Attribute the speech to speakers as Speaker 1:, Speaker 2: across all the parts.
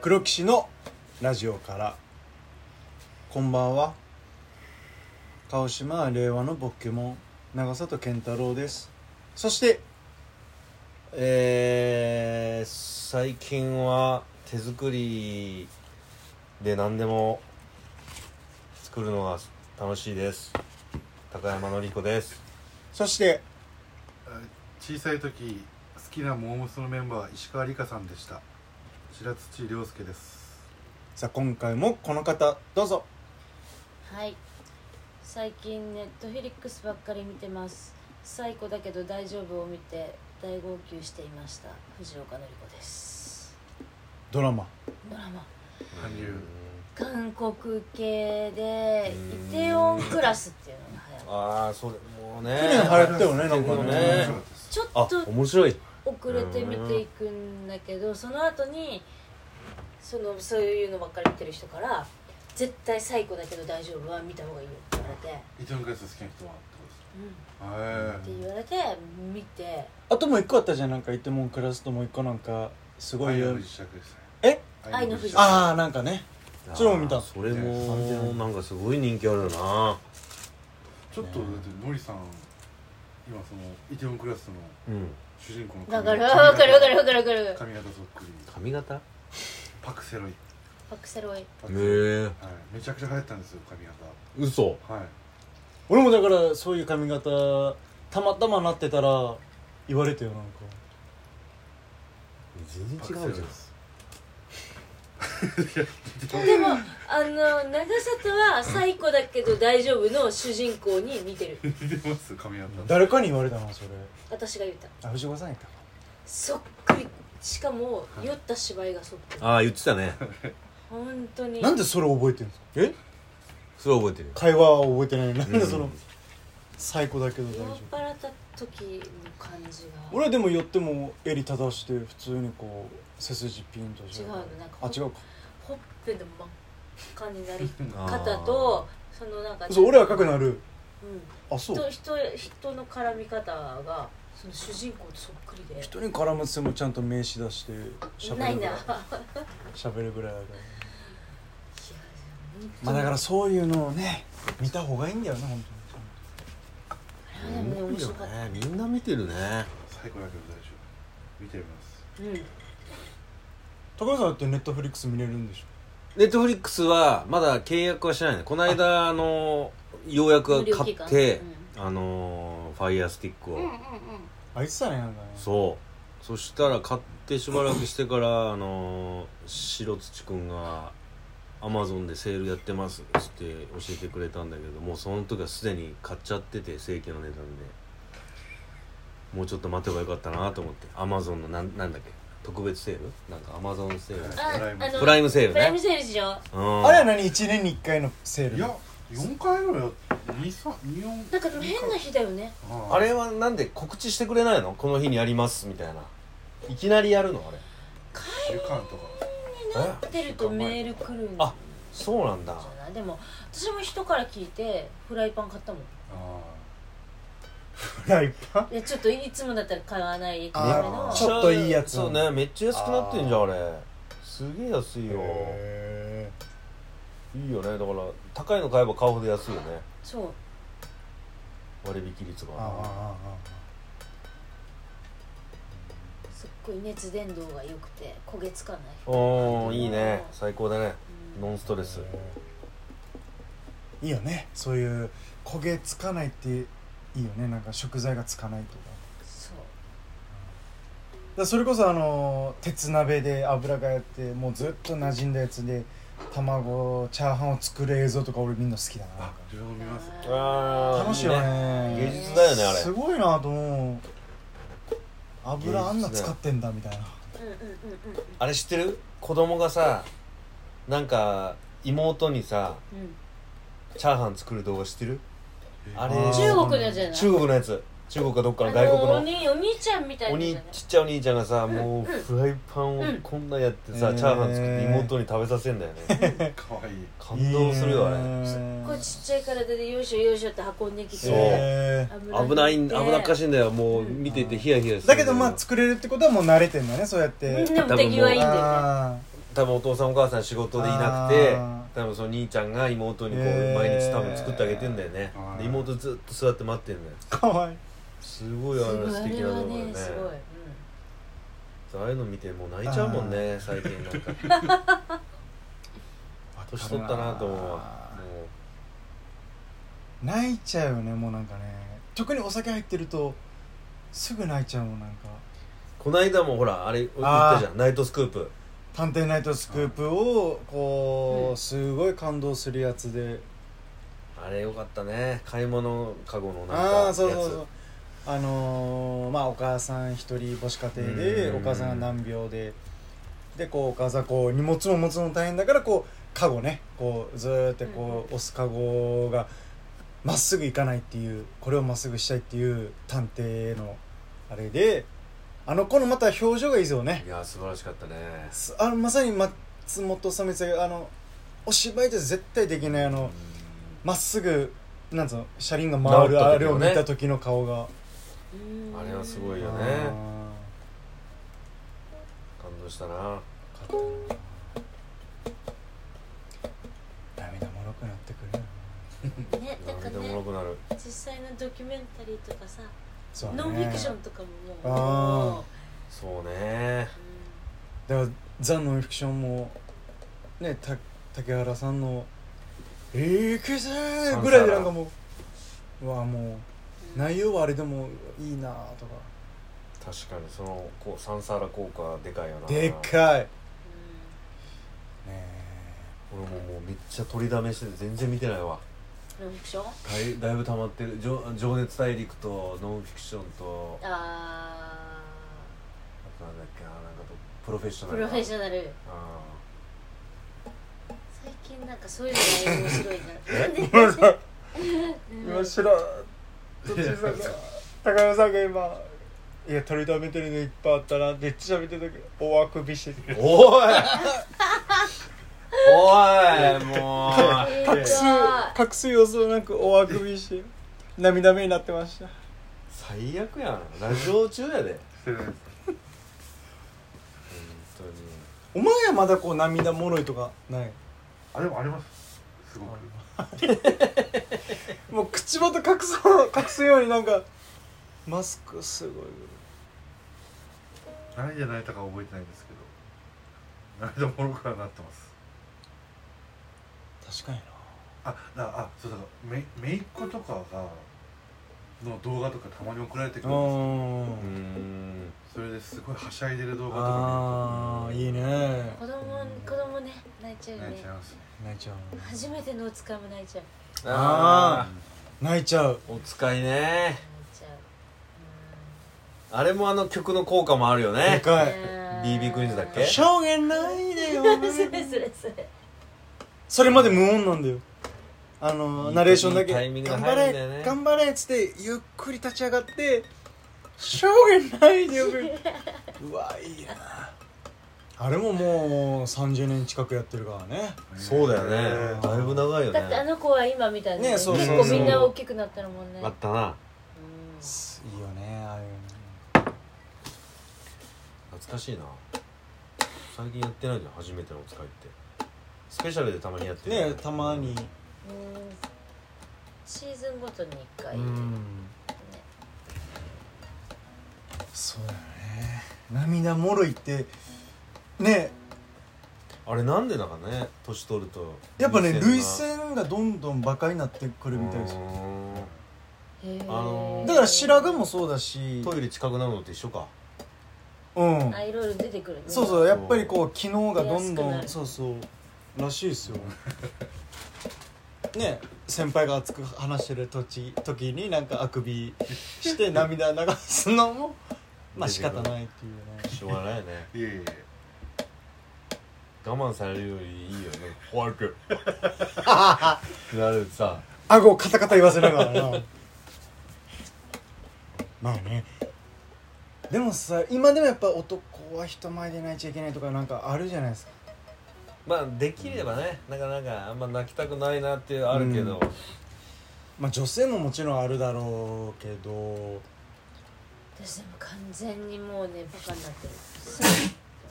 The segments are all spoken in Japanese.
Speaker 1: 黒騎士のラジオからこんばんは川島は令和のボッケモン長里健太郎ですそして
Speaker 2: えー、最近は手作りで何でも作るのが楽しいです高山紀彦です
Speaker 1: そして
Speaker 3: 小さい時好きなモームスのメンバーは石川理香さんでした白土亮介です
Speaker 1: さあ今回もこの方どうぞ
Speaker 4: はい最近ネットフィリックスばっかり見てます最高だけど大丈夫を見て大号泣していました藤岡典子です
Speaker 1: ドラマ
Speaker 4: ドラマ
Speaker 3: 韓流
Speaker 4: 韓国系でイテオンクラスっていうのが流行って
Speaker 2: ああそれもうね
Speaker 1: 去年流行ったよねなんか
Speaker 2: そう
Speaker 1: ね
Speaker 2: ね
Speaker 4: ちょ
Speaker 2: あ
Speaker 4: っと
Speaker 2: 面白い
Speaker 4: 遅れて見ていくんだけどその後にそのそういうのばっかり見てる人から絶対最高だけど大丈夫は見た方がいいよって言われて、
Speaker 3: イテウォンクラス好きな人はって
Speaker 4: う
Speaker 3: ことです
Speaker 4: ん、
Speaker 3: ね
Speaker 4: って言われて見て
Speaker 1: あともう一個あったじゃんなんかイテモンクラスともう一個なんかすごい
Speaker 3: 愛の
Speaker 1: よ
Speaker 3: 不時着ですね
Speaker 1: え
Speaker 4: 愛の不時着
Speaker 1: ああなんかねそれも見た
Speaker 2: あーそれもなんかすごい人気あるよな
Speaker 3: ちょっとだってノリさん今そのイテウォンクラスの
Speaker 2: うん
Speaker 3: 主人公の
Speaker 4: だからわかるわかるわかるわかる
Speaker 3: 髪型そっくり
Speaker 2: 髪型へ
Speaker 3: パクセロイ
Speaker 4: パクセロイ
Speaker 3: パ
Speaker 2: え
Speaker 3: クセロイ
Speaker 2: ー、
Speaker 3: はい、めちゃくちゃ流行ったんですよ髪
Speaker 2: 嘘
Speaker 3: 型はい
Speaker 1: 俺もだからそういう髪型たまたまなってたら言われてよなんか
Speaker 2: 全然違うじゃん
Speaker 4: でもあの長里は「最高だけど大丈夫」の主人公に似てる
Speaker 3: 似てます髪型
Speaker 1: 誰かに言われたなそれ
Speaker 4: 私が言った
Speaker 1: あ藤岡さんやったか
Speaker 4: そっくりしかも酔った芝居がそっくり
Speaker 2: ああ言ってたね
Speaker 4: 本当に
Speaker 1: なんでそれ覚えてるんですか
Speaker 2: えそれ覚えてる
Speaker 1: 会話は覚えてないなんでその、
Speaker 2: うん
Speaker 1: 最高だけど大
Speaker 4: 酔
Speaker 1: 丈
Speaker 4: っ
Speaker 1: 夫
Speaker 4: 払った時の感じが
Speaker 1: 俺はでも寄っても襟正して普通にこう背筋ピンとして
Speaker 4: 違うのなんか
Speaker 1: あ違うか
Speaker 4: ほっぺの真っ赤にな り
Speaker 2: あー
Speaker 4: 方とそのなんか
Speaker 1: そう俺は赤くなる
Speaker 4: うん
Speaker 1: あそう
Speaker 4: 人人人の絡み方がその主人公とそっくりで
Speaker 1: 人に絡むつもちゃんと名刺出して
Speaker 4: な
Speaker 1: 喋るぐらい
Speaker 4: いないや
Speaker 1: 喋るぐらいだからまあだからそういうのをね見た方がいいんだよね本
Speaker 4: あでもね面白かった
Speaker 2: ねみんな見てるね
Speaker 3: 最高だけど大丈夫見てみます
Speaker 4: うん
Speaker 1: 当に高橋さんだってネットフリックス見れるんでしょ
Speaker 2: ネットフリックスはまだ契約はしてないねこの間あのようやく買っ
Speaker 4: 無料
Speaker 2: て
Speaker 4: 期、
Speaker 2: あのファイヤースティックを、
Speaker 1: あいつだねなんかね
Speaker 2: そうそしたら買ってしばらくしてからあの白土くんがアマゾンでセールやってますっつって教えてくれたんだけどもうその時はすでに買っちゃってて正規の値段でもうちょっと待てばよかったなと思ってアマゾンのなんなんだっけ特別セールなんかアマゾンセール
Speaker 4: あ
Speaker 3: プライム
Speaker 4: あの
Speaker 2: プライムセール
Speaker 4: プライ
Speaker 2: ね
Speaker 4: ムセールでしょ
Speaker 2: うん
Speaker 1: あれは何1年に1回のセール
Speaker 3: いや4回ぐらいや二三二四
Speaker 4: なんかでも変な日だよね
Speaker 3: あ
Speaker 2: あれはなんで告知してくれないのこの日にやりますみたいないきなりやるのあれ
Speaker 3: 週間とか
Speaker 4: になってるとメール来るんじ
Speaker 2: あそうなんだ
Speaker 4: ゃないでも私も人から聞いてフライパン買ったもん
Speaker 3: あ
Speaker 1: フライパン
Speaker 4: でちょっといつもだったら買わないけれ
Speaker 1: あ
Speaker 4: ど
Speaker 1: ーちょっといいやつ
Speaker 2: そうねめっちゃ安くなってんじゃんあれすげえ安いよ
Speaker 1: へ
Speaker 2: いいよねだから高いの買えば買うほど安いよね
Speaker 4: そう
Speaker 2: 割引率
Speaker 1: ー
Speaker 2: が
Speaker 1: あ
Speaker 4: すっごい熱伝導が良くて焦げつかない
Speaker 2: おーいいね最高だねノンストレス
Speaker 1: ーいいよねそういう焦げつかないっていいよねなんか食材がつかないとか
Speaker 4: そう
Speaker 1: だからそれこそあの鉄鍋で油がやってもうずっと馴染んだやつで卵チャーハンを作る映像とか俺みんな好きだ
Speaker 3: あ
Speaker 1: な
Speaker 3: 自分も見ます
Speaker 2: あー
Speaker 1: 楽しいよ
Speaker 2: い
Speaker 1: ね
Speaker 2: 芸術だよねあれ
Speaker 1: すごいなと思う油あんな
Speaker 2: 芸術だ
Speaker 1: 使
Speaker 2: よ
Speaker 1: ってんだみたいな
Speaker 4: うんうんうんうん
Speaker 2: あれ知ってる子供がさなんか妹にさ
Speaker 4: うん
Speaker 2: チャーハン作る動画知ってるあれ
Speaker 1: あー
Speaker 4: 中国のやつじゃない
Speaker 2: 中国のやつ中国かどっかの
Speaker 4: あ
Speaker 2: 外
Speaker 4: の
Speaker 2: 国の
Speaker 4: お兄お兄ちゃんみたい
Speaker 2: お
Speaker 4: なやつ
Speaker 2: 兄
Speaker 4: だね
Speaker 2: ちっちゃいお兄ちゃんがさもうフライパンをこんなやってさ、
Speaker 1: うん
Speaker 2: チャーハン作って妹に食べさせんだよね
Speaker 3: かわいい
Speaker 2: 感動するよあれ、
Speaker 4: こうちっちゃい体でよいしょよいしょって運んできて
Speaker 2: そう
Speaker 1: へ
Speaker 2: 危ない危なっか
Speaker 4: し
Speaker 2: しいんだよもう見ててヒヤヒヤす
Speaker 1: ーだ
Speaker 2: る
Speaker 1: けどまあ作れるってことはもう慣れてんだねそうやって
Speaker 4: でも手際いいんだよね
Speaker 1: あー
Speaker 2: 多分お父さんお母さん仕事でいなくて
Speaker 1: あー
Speaker 2: 多分その兄ちゃんが妹にこう
Speaker 1: へー
Speaker 2: 毎日多分作ってあげてんだよね
Speaker 3: あー
Speaker 2: で妹ずっと座って待ってんだよ
Speaker 1: かわいい
Speaker 2: すごい
Speaker 4: す
Speaker 2: あ
Speaker 4: ご
Speaker 2: れ
Speaker 4: い
Speaker 2: 素
Speaker 4: あ
Speaker 2: 敵
Speaker 4: れ
Speaker 2: な
Speaker 4: は
Speaker 2: 動画だ
Speaker 4: ね
Speaker 2: ね
Speaker 4: すごい、
Speaker 2: ああいうの見てもう泣いちゃうもんね最近なんか年取ったなと思うわも
Speaker 1: 泣いちゃうよねもうなんかね特にお酒入ってるとすぐ泣いちゃうもんなんか
Speaker 2: うこの間もほらあれ言っ
Speaker 1: あー
Speaker 2: たじゃんナイトスクープ
Speaker 1: 「探偵ナイトスクープ」をこうすごい感動するやつで
Speaker 2: あれよかったね買い物カゴのなんか
Speaker 1: ああーそう
Speaker 2: や
Speaker 1: そう
Speaker 2: つ
Speaker 1: そうあのーまあお母さん一人母子家庭で
Speaker 2: うん
Speaker 1: お母さんが難病ででこうお母さんこう荷物も持つの大変だからこうカゴねこうずーってこう押すカゴがまっすぐ行かないっていうこれをまっすぐしたいっていう探偵のあれであの子のまた表情がいいですよね
Speaker 2: いや素晴らしかったね
Speaker 1: すあのまさに松本さんみたいにあのお芝居で絶対できないあの、まっすぐなんつうの車輪が回る
Speaker 2: 直った時の
Speaker 1: あれ
Speaker 2: ね
Speaker 1: を見た時の顔が、
Speaker 4: うんうん
Speaker 2: あれはすごい
Speaker 1: あ
Speaker 2: よね
Speaker 1: ー
Speaker 2: 感動したな
Speaker 1: 涙もろくなってくるよな
Speaker 4: ねなんか
Speaker 2: 涙もろ
Speaker 4: ね
Speaker 2: くなる
Speaker 4: 実際のドキュメンタリーとかさ、
Speaker 1: そうね
Speaker 4: ノンフィクションとかももう
Speaker 1: あ
Speaker 2: そうね
Speaker 1: だからザ・ノンフィクションもねた竹原さんの「えー、くせー!」ぐらいでなんかもううわもう内容はあれでもいいなとか
Speaker 2: 確かにそのこうサンサーラ効果でかいよな
Speaker 1: でっかいね
Speaker 2: 俺ももうめっちゃ取りだめしてて全然見てないわ
Speaker 4: うんノンフィクション
Speaker 2: だいだいぶ溜まってる「情情熱大陸」と「ノンフィクション」とあ
Speaker 4: あ
Speaker 2: となんだっけななんかとプロフェッショ
Speaker 4: ー
Speaker 2: ナ
Speaker 4: プ
Speaker 2: ル
Speaker 4: ロフェッ
Speaker 2: ョ
Speaker 4: ショナル
Speaker 2: あ
Speaker 4: 最近なんかそういうのが面白いななんで
Speaker 1: え面白い
Speaker 4: うん
Speaker 1: 面白いどっちにする か高山さんが今いや取り留めてるのいっぱいあったなって喋ってたけどおあくびしてて
Speaker 2: ーおいおいもう
Speaker 4: えー
Speaker 1: 隠す
Speaker 4: と
Speaker 1: 隠す様子もなくおあくびして涙目になってました
Speaker 2: 最悪やんラジオ中やで
Speaker 3: してないです
Speaker 2: 本当に
Speaker 1: お前はまだこう涙もろいとかない
Speaker 3: あでもありますすごく
Speaker 1: もう口元隠そう 隠すようになんかマスクすごい
Speaker 3: 何で泣いたか覚えてないんですけど涙もろくはなってます
Speaker 1: 確かにな
Speaker 3: あだあそうそうめめいっ子とかがの動画とかたまに送られてくるんですよ
Speaker 2: うーん
Speaker 3: それですごいはしゃいでる動画とか
Speaker 1: ああいいね
Speaker 4: 子供子供ね泣いちゃう
Speaker 3: 見
Speaker 4: よ
Speaker 3: ると泣い
Speaker 4: ね
Speaker 3: ちゃいますね
Speaker 1: 泣いちゃう
Speaker 4: 初めてのおつかも泣いちゃう
Speaker 2: あ
Speaker 1: 泣いちゃう
Speaker 2: ーお使いね
Speaker 4: 泣いちゃ
Speaker 2: あれもあの曲の効果もあるよ
Speaker 1: で
Speaker 2: ね
Speaker 1: か
Speaker 4: う
Speaker 1: い
Speaker 4: うん
Speaker 2: BB クイーンズだっけ
Speaker 1: しょうがないでよ
Speaker 4: それそれそれ
Speaker 1: それまで無音なんだよあの
Speaker 2: いい
Speaker 1: ナレーションだけ
Speaker 2: タイミングが
Speaker 1: 頑張
Speaker 2: 入るんだよ
Speaker 1: れ
Speaker 2: ね
Speaker 1: 頑張れ」っつってゆっくり立ち上がって「しょうがないでよ」 うわいいなあれももう30年近くやってるからね
Speaker 2: そうだよ
Speaker 1: ね
Speaker 2: ねだいぶ長いよ
Speaker 4: だってあ
Speaker 2: ね
Speaker 4: の子は今みたいな
Speaker 1: ねそう
Speaker 2: そうそう
Speaker 4: 結構みんな大きくなったのもんね
Speaker 2: あったな
Speaker 4: うん
Speaker 1: いいよねああいうの
Speaker 2: 懐かしいな最近やってないじゃん初めてのお使いってスペシャルでたまにやってるよ
Speaker 1: ねたまに
Speaker 4: うんシーズンごとに1回
Speaker 1: うんそうだよね涙もろいってね
Speaker 2: あれなんでだかね年取ると
Speaker 1: やっぱね涙
Speaker 2: が
Speaker 1: 腺がどんどんバカになってくるみたいですよ
Speaker 2: う
Speaker 4: へー
Speaker 2: あのー
Speaker 1: だから白髪もそうだし
Speaker 2: ーんトイレ近くなるのと一緒か
Speaker 1: うん
Speaker 4: あいろいろ出てくるね
Speaker 1: そうそうやっぱりこう機能がどんど
Speaker 4: 出やすくなんる
Speaker 1: そうそうらしいですよ ね先輩が熱く話してる時時になんかあくび して涙流すのもまあ仕方ないっていうね
Speaker 2: しょうがないよね
Speaker 3: いえいえ
Speaker 2: 我慢されるよりいいよねホワイ トなるさ
Speaker 1: 顎をカタカタ言わせながらな まあねでもさ今でもやっぱ男は人前で泣いちゃいけないとかなんかあるじゃないですか
Speaker 2: まあできればねなかなかあんま泣きたくないなっていうのはあるけど、
Speaker 1: まあ女性ももちろんあるだろうけど
Speaker 4: 私でも完全にもうねバカになってる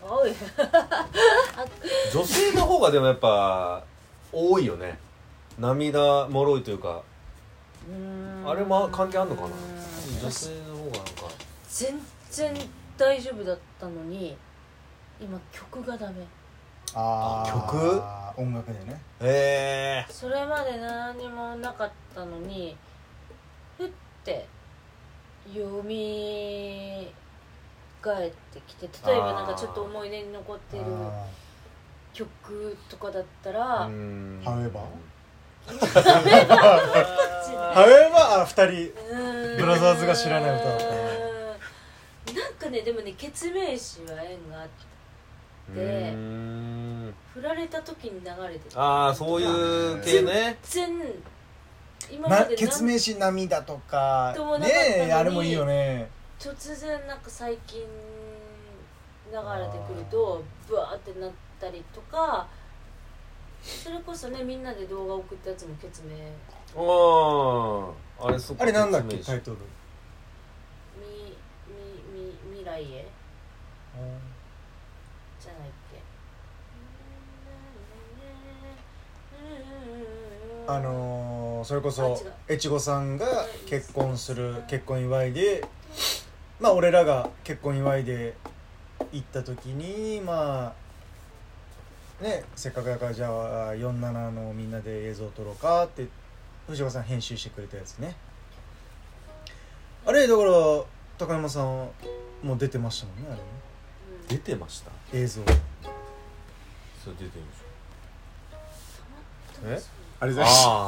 Speaker 4: おい
Speaker 2: 女性の方がでもやっぱ多いよね涙もろいというか
Speaker 4: うーん
Speaker 2: あれも関係あんのかな
Speaker 4: うーん
Speaker 2: 女性の方がなんか
Speaker 4: 全然大丈夫だったのに今曲がダメ
Speaker 1: あー音楽でね
Speaker 2: ええ
Speaker 4: それまで何にもなかったのにふって読み返ってきて例えばなんかちょっと思い出に残ってる
Speaker 1: あ
Speaker 4: 曲とかだった
Speaker 2: ー、
Speaker 4: ら
Speaker 2: うん
Speaker 1: However？
Speaker 4: う
Speaker 1: ーハウエバー2人
Speaker 4: ブ
Speaker 1: ブラザーズが知らない歌だったね
Speaker 4: なんかねでもね結名詞は縁があってで
Speaker 2: うん
Speaker 4: 振られた時に流れてた
Speaker 2: ああそういう系ね
Speaker 4: 全然今ま
Speaker 1: な
Speaker 4: でなん
Speaker 1: 決明し涙とか
Speaker 4: ともな
Speaker 1: ね
Speaker 4: かったのに
Speaker 1: えあれもいいよね
Speaker 4: 突然なんか最近流れてくるとブワーってなったりとかそれこそねみんなで動画送ったやつも決名
Speaker 2: あああれそ
Speaker 1: あれなんだっけ
Speaker 2: 説
Speaker 1: タ
Speaker 2: 明
Speaker 1: イ
Speaker 2: し
Speaker 1: トル
Speaker 4: みみみ未来へじゃないっけ
Speaker 1: あのーそれこ
Speaker 4: あ
Speaker 1: そ越後さんが結婚す
Speaker 4: うん
Speaker 1: る結婚祝いでまあ俺らが結婚祝いで行った時にまあねせっかくだからじゃあ47のみんなで映像撮ろうかって藤岡さん編集してくれたやつねあれだから高山さんも出てましたもんねあれね
Speaker 4: うん
Speaker 2: 出てました
Speaker 1: 映像
Speaker 2: それ出てるんでしょ
Speaker 1: あり
Speaker 2: あ